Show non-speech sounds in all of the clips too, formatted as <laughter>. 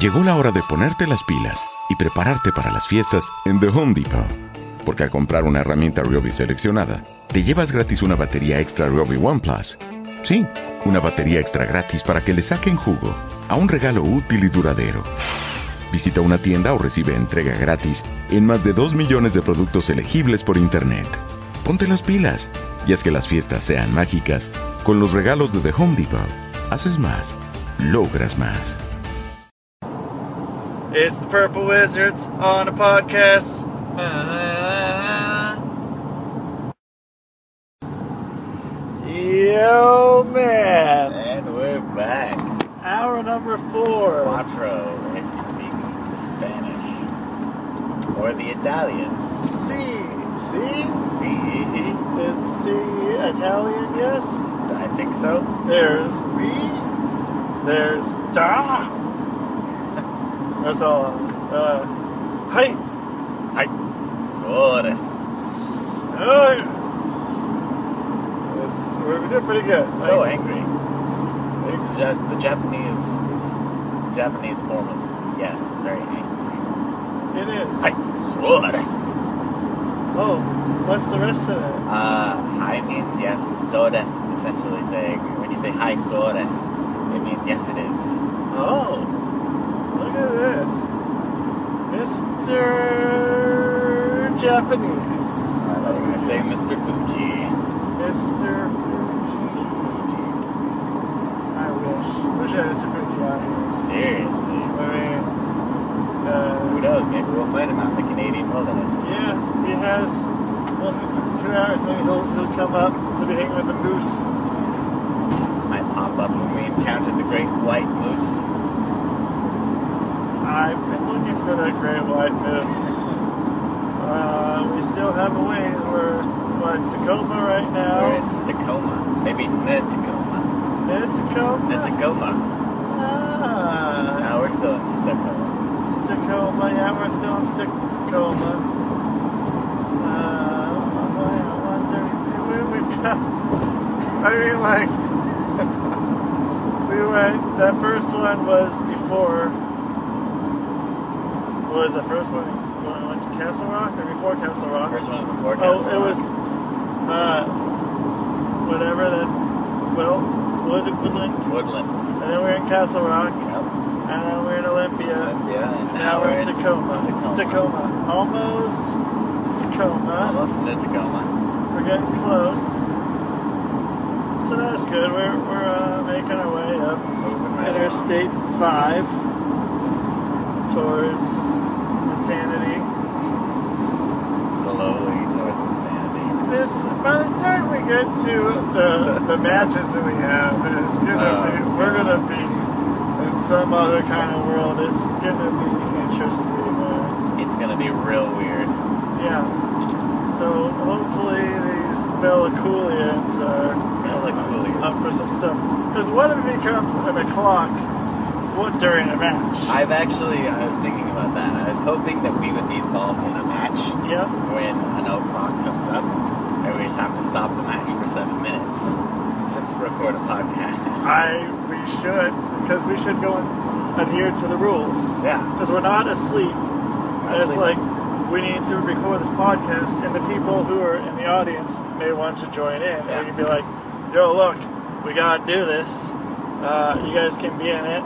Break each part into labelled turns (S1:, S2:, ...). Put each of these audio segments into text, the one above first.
S1: Llegó la hora de ponerte las pilas y prepararte para las fiestas en The Home Depot. Porque al comprar una herramienta Ryobi seleccionada, te llevas gratis una batería extra Ryobi One Plus. Sí, una batería extra gratis para que le saquen jugo a un regalo útil y duradero. Visita una tienda o recibe entrega gratis en más de 2 millones de productos elegibles por Internet. Ponte las pilas y haz que las fiestas sean mágicas. Con los regalos de The Home Depot, haces más, logras más.
S2: It's the Purple Wizards on a podcast. Yo, man.
S3: And we're back.
S2: Hour number four.
S3: Quattro, if you speak the Spanish. Or the Italian.
S2: C. C?
S3: See?
S2: Is C Italian, yes?
S3: I think so.
S2: There's B. There's Da. That's all. Uh, hey.
S3: Sores.
S2: Uh, it's, we did pretty good.
S3: So
S2: Thank-
S3: angry. It's the, Jap- the Japanese is Japanese form of yes, it's very angry.
S2: It is.
S3: Hi, sores.
S2: Oh, what's the rest of it?
S3: Uh, hi means yes, sodas, essentially saying, when you say hi sodas, it means yes it is.
S2: Oh, look at this. Mr. Japanese.
S3: I'm gonna say Mr. Fuji.
S2: Mr. Fuji. I wish. Wish I had Mr. Fuji out
S3: Seriously.
S2: here. I mean,
S3: Who
S2: uh,
S3: knows, maybe we'll find him out in the Canadian wilderness.
S2: yeah, he has. Well, he's been two hours. Maybe he'll, he'll come up. He'll be hanging with the moose.
S3: Might pop up when we encountered the great white moose.
S2: I've been looking for that great white moose. Uh, we still have a ways. We're what Tacoma right
S3: Or
S2: now.
S3: it's Tacoma. Maybe near Tacoma.
S2: Mid
S3: Near
S2: Tacoma.
S3: Tacoma.
S2: Ah,
S3: Now we're still in Tacoma.
S2: Tacoma. Yeah, we're still in Stick Tacoma. Uh, 132. We- We've <laughs> got. I mean, like <laughs> we went. That first one was before. What was the first one? When we went to Castle Rock or before Castle Rock?
S3: First one was before
S2: Oh,
S3: Castle
S2: it was
S3: Rock.
S2: uh, whatever that. Well, Wood, Woodland,
S3: Woodland.
S2: and then we we're in Castle Rock,
S3: Yep.
S2: and then we we're in Olympia,
S3: Yeah, and
S2: and now we're in
S3: it's-
S2: Tacoma. It's Tacoma, almost Tacoma.
S3: Almost near Tacoma.
S2: We're getting close, so that's good. We're we're uh, making our way up
S3: Moving right along.
S2: Interstate Five towards insanity.
S3: slowly towards insanity.
S2: This by the time we get to the the matches that we have, it's gonna be
S3: Oh.
S2: we're gonna be in some other kind of world. It's gonna be interesting. Uh,
S3: It's gonna be real weird.
S2: yeah. So hopefully these Bellacoolians are
S3: Melancholia.
S2: up for some stuff. Because what if it becomes an o'clock? What during a match?
S3: I've actually, I was thinking about that. I was hoping that we would be involved in a match
S2: Yep.
S3: when an o'clock comes up, and we just have to stop the match for seven minutes to record a podcast.
S2: I we should because we should go and adhere to the rules.
S3: Yeah.
S2: Because we're not asleep. And it's
S3: asleep.
S2: like we need to record this podcast, and the people who are in the audience may want to join in.
S3: Yeah.
S2: And we can be like, "Yo, look, we gotta do this. Uh, you guys can be in it.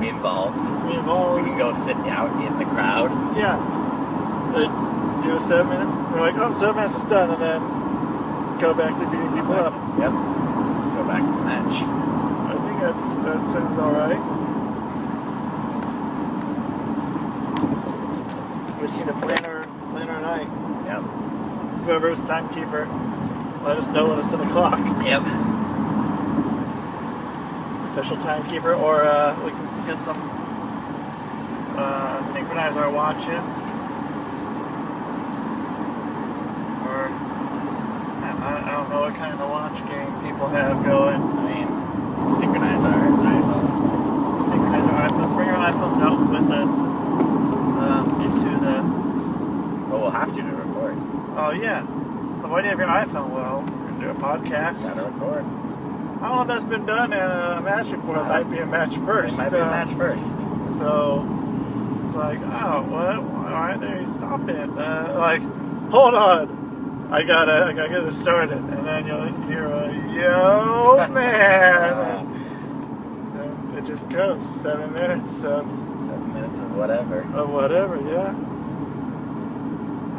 S3: be involved.
S2: Be
S3: We
S2: involved.
S3: can go sit out in the crowd.
S2: Yeah. Uh, do a seven minute. We're like, oh, seven minutes is done, and then go back to beating people up.
S3: Yep. Just go back to the match.
S2: I think that's that sounds all right. We see the planner planner night.
S3: Yep.
S2: Whoever's timekeeper, let us know when it's ten o'clock.
S3: Yep.
S2: Official timekeeper, or uh, we can get some uh, synchronize our watches. Or I, I don't know what kind of watch game people have going.
S3: I mean, synchronize our iPhones.
S2: Synchronize our iPhones. Bring our iPhones out with us um, into the.
S3: Well, we'll have to to record.
S2: Oh yeah. Why do you have your iPhone? Well, you're gonna do a podcast.
S3: Gotta record.
S2: I don't know if that's been done in a match before. It might be a match first.
S3: It might be a
S2: uh,
S3: match first.
S2: So it's like, oh, what? All right, there you stop it. Uh, like, hold on, I gotta, I gotta get this started, and then you'll hear a yo
S3: <laughs>
S2: man. And it just goes seven minutes of,
S3: Seven minutes of whatever.
S2: of whatever, yeah.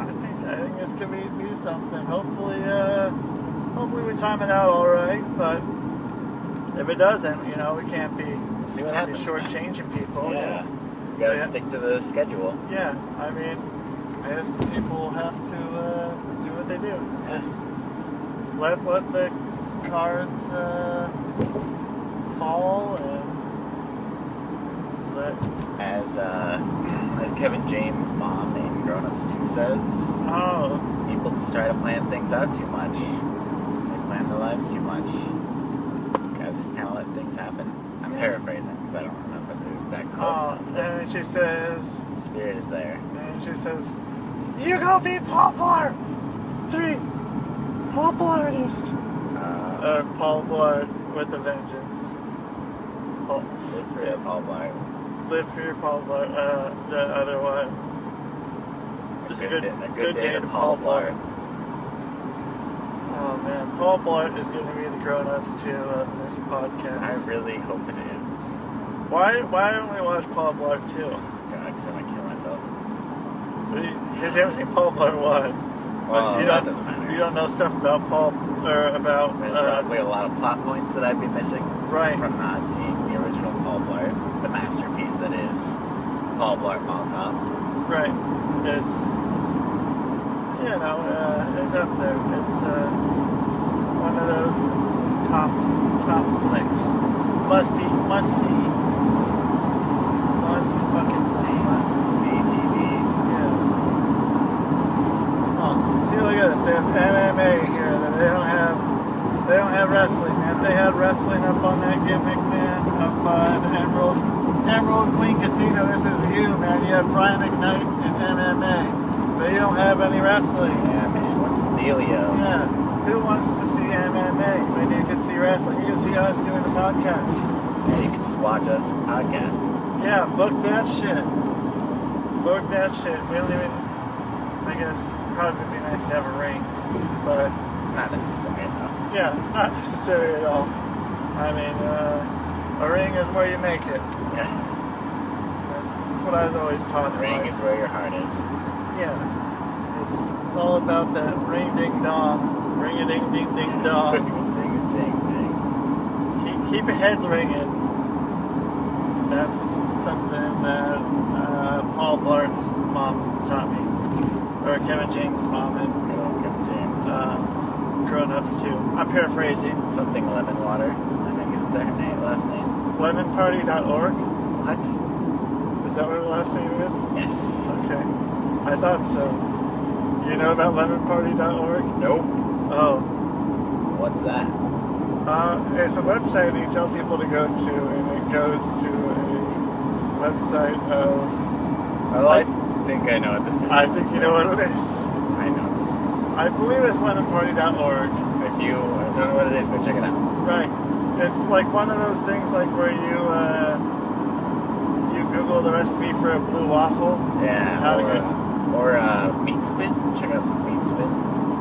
S2: I think, I think this could be, be something. Hopefully, uh, hopefully we time it out all right, but. If it doesn't, you know, we can't be,
S3: See what
S2: can't
S3: happens.
S2: be
S3: man.
S2: shortchanging people.
S3: Yeah. You gotta
S2: Yeah.
S3: stick to the schedule.
S2: Yeah, I mean, I guess the people have to uh, do what they do. It's, let let the cards uh, fall and let.
S3: As uh, as Kevin James' mom in Grown Ups 2 says,
S2: Oh,
S3: people try to plan things out too much. They plan their lives too much. Gotta just kind of let things happen. I'm paraphrasing because I don't remember the exact quote.
S2: oh, and then she says,
S3: The spirit is there.
S2: and she says, you go be popular. Three, popularist
S3: Uh,
S2: or popular with a vengeance. Pop-
S3: live free of Paul Blart.
S2: Live for your Paul Blart. Uh, the other one. Just a good-
S3: day- a good,
S2: good
S3: day,
S2: day
S3: to
S2: to
S3: Paul
S2: Paul Blart.
S3: Blart.
S2: Oh man, Paul Blart is going to be the grown-ups too of this podcast.
S3: I really hope it is.
S2: why why don't we watch Paul Blart two?
S3: God, because I might kill myself.
S2: Because you haven't seen Paul Blart one. But
S3: Well,
S2: you
S3: Uh, that
S2: don't,
S3: doesn't matter.
S2: You don't know stuff about Paul or about
S3: There's
S2: uh,
S3: probably a lot of plot points that I'd be missing
S2: right.
S3: from not seeing the original Paul Blart, the masterpiece that is Paul Blart Mall Cop.
S2: Right. It's you know, uh, it's up there. It's uh, one of those top top flicks. Must be must see. Must fucking see.
S3: Must see TV.
S2: Yeah. Oh, see look at this. They have MMA here. They don't have they don't have wrestling. If they had wrestling up on that gimmick, man, up uh, the Emerald Emerald Queen Casino, this is you, man. You have Brian McKnight and MMA, but you don't have any wrestling.
S3: Yeah, man, what's the dealio?
S2: Yeah. Who wants to see MMA when you can see wrestling? You can see us doing a podcast.
S3: Yeah, you can just watch us podcast.
S2: Yeah, book that shit. Book that shit. We don't even. I guess probably would be nice to have a ring, but
S3: Not necessary though.
S2: yeah, <laughs> not necessary at all. I mean, uh, a ring is where you make it.
S3: Yeah.
S2: That's, that's what I was always taught. in
S3: Ring
S2: life.
S3: is where your heart is.
S2: Yeah, it's it's all about that ring ding dong, ring a ding
S3: <laughs>
S2: ding ding
S3: Ding,
S2: dong.
S3: ding, ding, ding.
S2: keep, keep your heads ringing. That's something that uh, Paul Blart's mom taught me, or Kevin James' mom, and
S3: Good old Kevin James.
S2: uh, grown ups too. I'm paraphrasing.
S3: Something lemon water. I think is their name, last name.
S2: Lemonparty.org.
S3: What?
S2: Is that what the last name is?
S3: Yes.
S2: Okay. I thought so. You know about lemonparty.org?
S3: Nope.
S2: Oh.
S3: What's that?
S2: Uh, it's a website that you tell people to go to, and it goes to a website of.
S3: Oh, I think I know what this is.
S2: I think you know what it is.
S3: I know what this is.
S2: I believe it's lemonparty.org.
S3: If you don't know what it is, go check it out.
S2: Right. It's like one of those things like where you, uh, you Google the recipe for a blue waffle.
S3: Yeah.
S2: How to
S3: or,
S2: get-
S3: or uh, Meat Spin. Check out some Meat Spin.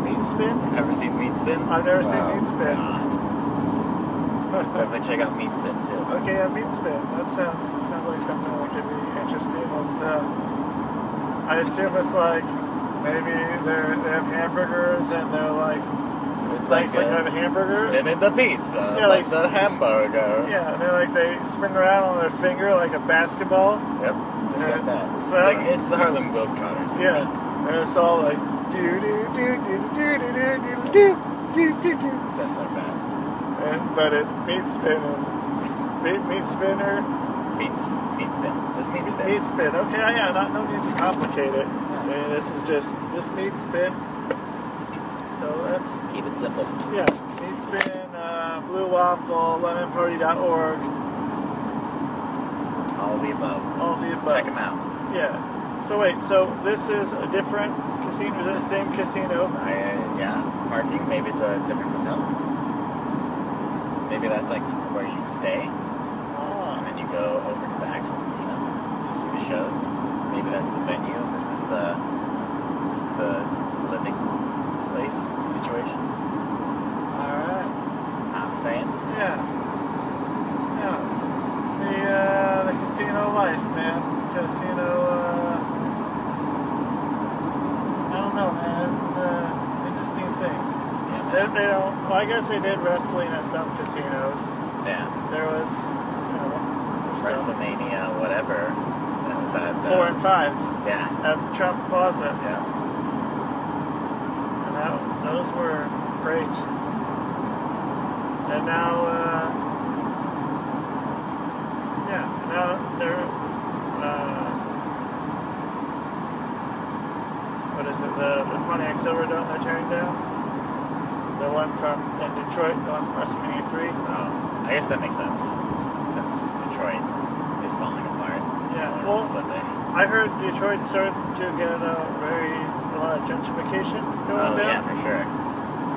S2: Meat spin?
S3: Ever seen Meat Spin?
S2: I've never seen
S3: Oh,
S2: Meat Spin.
S3: God. Definitely check out Meat Spin too.
S2: Okay, a meat spin. That sounds that sounds like something that could be interesting. It's, uh, I assume it's like maybe they're, they have hamburgers and they're like
S3: It's like,
S2: like, like they have a
S3: a
S2: hamburger.
S3: spinning the pizza,
S2: Yeah, like-
S3: like, the hamburger.
S2: Yeah, and they're like they spin around on their finger like a basketball.
S3: Yep. Just
S2: Yeah.
S3: like that. It's,
S2: So-
S3: like, it's the Harlem Globetrotters.
S2: Yeah, and it's all like do do do do do do do do do do do.
S3: Just like that.
S2: And- But it's meat spinning, meat meat spinner,
S3: Meat, meat Spin. Just Meat Spin.
S2: eight spin. Okay, yeah, not, no need to complicate it. I mean, this is just just meat spin. So that's
S3: Keep it simple.
S2: yeah, meat spin, uh, blue waffle, lemonparty.org,
S3: All the above.
S2: all the above.
S3: Check them out.
S2: Yeah. So wait, so this is a different casino, is it the same casino?
S3: I, uh, yeah. Parking. Maybe it's a different hotel. Maybe that's like where you stay. and
S2: Ah,
S3: then you go over to the actual casino to see the shows. Maybe that's the venue. This is the this is the living place situation.
S2: all right.
S3: I'm saying
S2: Yeah. Yeah. The uh, the casino life, man. Casino. Uh, I don't know, man. This is an interesting thing.
S3: yeah,
S2: They,
S3: man.
S2: they don't. Well, I guess they did wrestling at some casinos.
S3: yeah.
S2: There was, you know, some
S3: WrestleMania, whatever. That was that. uh,
S2: four and five
S3: Yeah,
S2: at Trump Plaza.
S3: yeah.
S2: And that, those were great. And now, uh, yeah, now they're, uh, what is it, the, the Pontiac Silverdome they're tearing down? The one from in Detroit, the one from WrestleMania 3.
S3: Oh, I guess that makes sense since Detroit is falling apart.
S2: Yeah,
S3: Or
S2: well-
S3: it's what they-
S2: I heard Detroit's starting to get a very a lot of gentrification going
S3: Oh yeah,
S2: down.
S3: for sure.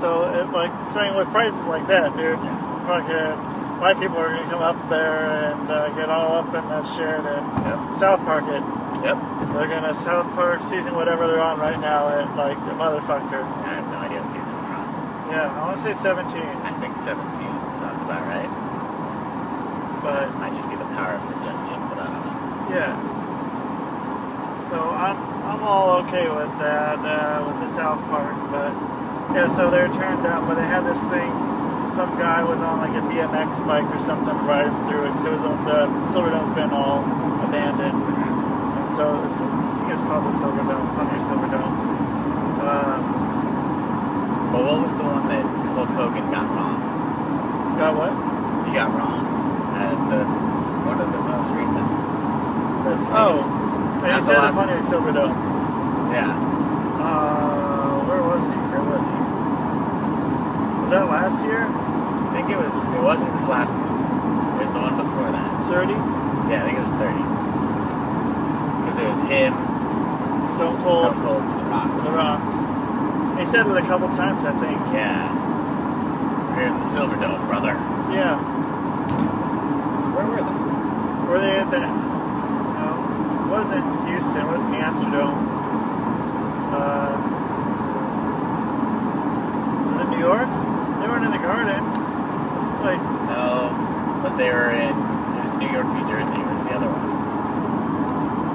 S2: So, it, like, saying with prices like that, dude,
S3: Yeah.
S2: fucking white people are gonna come up there and uh, get all up in that shit and
S3: Yep.
S2: South Park it.
S3: Yep.
S2: They're gonna South Park season whatever they're on right now at like a motherfucker.
S3: I have no idea what season we're on.
S2: Yeah, I want to say 17,
S3: I think 17 sounds about right.
S2: but
S3: might just be the power of suggestion, but I don't know.
S2: yeah. So I'm I'm all okay with that uh, with the South Park, but yeah. So they're turned down, but they had this thing. Some guy was on like a BMX bike or something riding through it 'cause it was on the Silverdome's been all abandoned. And so this, I think it's called the Silver Dome, Hunter Silver Dome. Uh,
S3: But what was the one that Hulk Hogan got wrong?
S2: got what?
S3: He got wrong at the one of the most recent. WrestleManias.
S2: and he
S3: Oh, That's the
S2: said the
S3: last-
S2: Hunter Silver Dome.
S3: yeah.
S2: Uh, where was he?
S3: Where was he?
S2: Was that last year?
S3: I think it was. It wasn't his last one. It was the one before that.
S2: 30?
S3: Yeah, I think it was thirty. Because it was him,
S2: Stone
S3: Hulk
S2: Cold,
S3: Hogan, and The Rock.
S2: The Rock. He uh, said it a couple times, I think.
S3: Yeah. We're in the Silverdome, brother.
S2: Yeah.
S3: Where were they?
S2: Were they at that? No. It wasn't Houston. It wasn't the Astrodome. Uh, was it New York? They weren't in the Garden. Like,
S3: No, Um, but they were in. It was New York, New Jersey. Was the other one.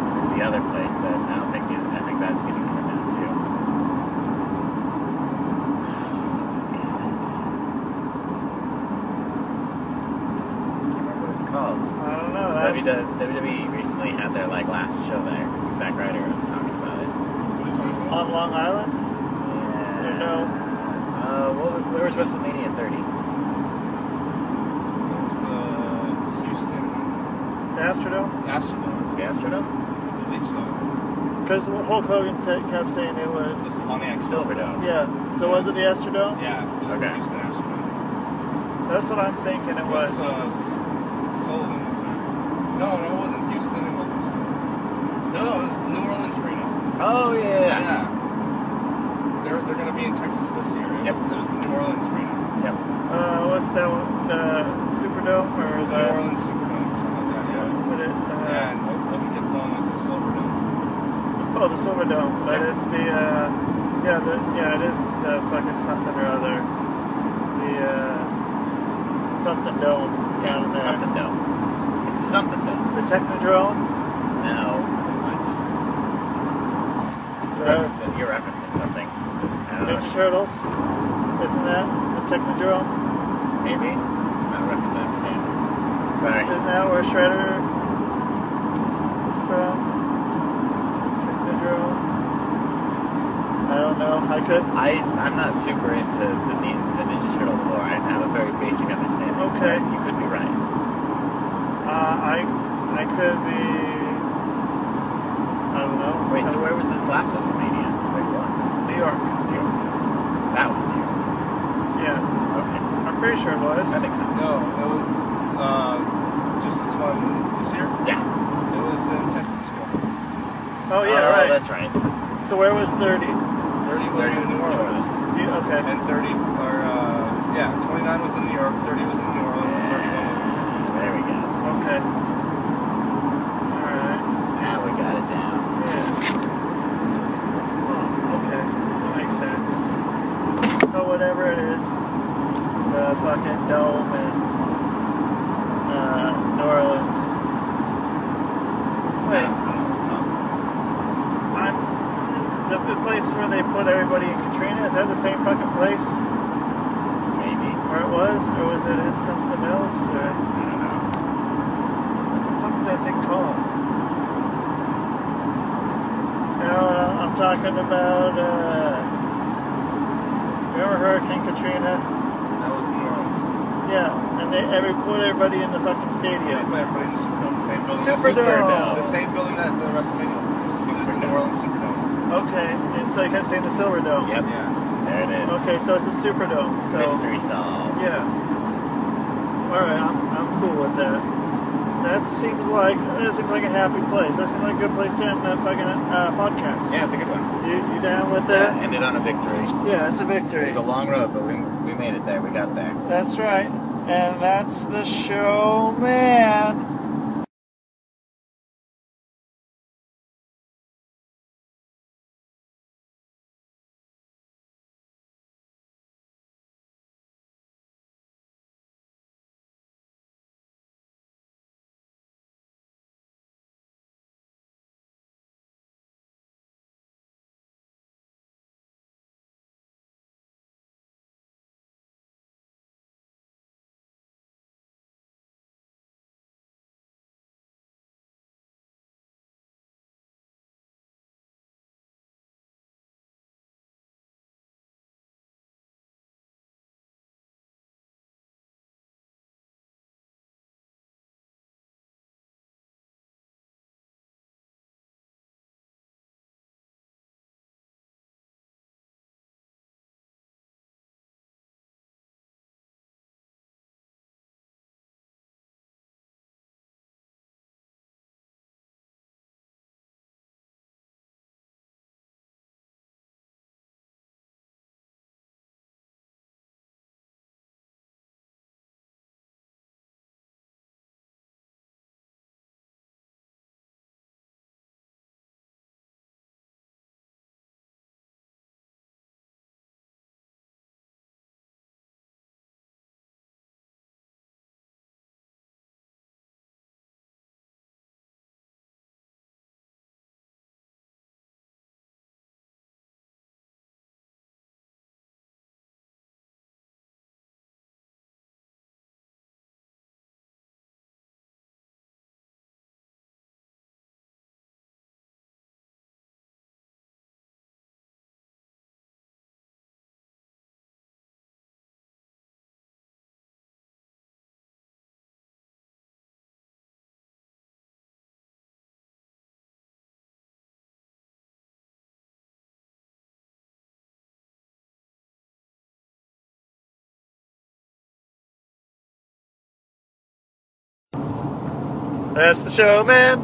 S3: It was the other place that I don't think. It, I think that's getting cut down too. Is it? I can't remember what it's called.
S2: I don't know. That's,
S3: WWE, WWE E recently had their like last show there. Zack Ryder was talking about it.
S2: on Long Island?
S3: Yeah.
S2: No.
S3: Uh, well, where was WrestleMania 30?
S4: It was the Houston
S2: The Astrodome?
S4: Astrodome.
S3: The Astrodome?
S4: I believe so.
S2: Because Hulk Hogan said, kept saying it was.
S4: Pontiac
S3: Silverdome.
S2: Yeah. So was it the Astrodome?
S4: Yeah, it was
S3: Okay.
S4: the Houston Astrodome.
S2: That's what I'm thinking it was.
S4: Plus, uh, S- Sullivan was there. No, no, it wasn't Houston. It was no, no, it was New Orleans Arena.
S3: Oh yeah.
S4: Yeah. They're they're gonna be in Texas this year.
S3: Yep.
S4: It was, it was the New Orleans Arena.
S3: Yep.
S2: Uh, what's that one? The Superdome or
S4: New
S2: the?
S4: Orleans Superdome, something like that. Yeah.
S2: What it,
S4: Yeah,
S2: uh,
S4: and Hogan Hogan kept calling it the Silverdome.
S2: Oh, the Silverdome. But
S4: Yeah.
S2: it's the uh, yeah, the yeah, it is the fucking something or other. The uh, something dome down there.
S3: Something dome. It's the something dome.
S2: The Technodrome.
S3: No. What?
S2: The
S3: Referencing- You're referencing something. I don't
S2: Ninja
S3: know.
S2: Turtles. Isn't that the Technodrome?
S3: Maybe? It's not referencing the same. Sorry.
S2: Isn't that where Shredder is from? Technodrome. I don't know. I could.
S3: I, I'm not super into the, nin the Ninja Turtles lore. I have a very basic understanding. so
S2: Okay.
S3: you could be right.
S2: Uh, I I could be
S3: Wait, so where was this last social media? Wait, what?
S2: Uh, New York.
S3: New York. That was New York.
S2: Yeah,
S3: Okay.
S2: I'm pretty sure it was.
S3: That makes sense.
S4: No, it was uh, just this one this year.
S3: Yeah.
S4: It was in San Francisco.
S2: Oh yeah, right.
S3: That's right.
S2: So where was 30?
S4: 30 was
S3: There it
S4: in
S3: is.
S4: New Orleans.
S2: Do you- okay.
S4: And 30, or uh, yeah, 29 was in New York, 30 was in New Orleans, and 31 was in San Francisco.
S3: There we go.
S2: Okay. Alright.
S3: Now we got it down.
S2: Yeah. Oh, okay. That makes sense. So whatever it is, the fucking dome and uh, New Orleans. Wait,
S3: Wait.
S2: I'm, the, the place where they put everybody in Katrina, is that the same fucking place
S3: Maybe.
S2: where it was? Or was it in something else? Or
S3: I don't know.
S2: what the fuck is that thing called? Uh, I'm talking about, uh, remember Hurricane Katrina?
S4: That was in New Orleans.
S2: Yeah, and they every, put everybody in the fucking
S4: They
S2: stadium.
S4: put everybody in the Superdome, the same building.
S2: Superdome.
S4: The same building that the WrestleMania was. As soon as the New Orleans Superdome.
S2: Okay, and so you kept saying the Silver Dome.
S3: Yep.
S4: Yeah.
S3: There it is.
S2: Okay, so it's a Superdome, so.
S3: Mystery solved.
S2: Yeah. All right, I'm, I'm cool with that. That seems like that seems like a happy place. That seems like a good place to end that fucking uh, podcast.
S4: Yeah, it's a good one.
S2: You, you down with that?
S3: Ended on a victory.
S2: Yeah, it's a
S3: It
S2: victory.
S3: was a long road, but we, we made it there. We got there.
S2: That's right. And that's the show, man. That's the Uh, show, man.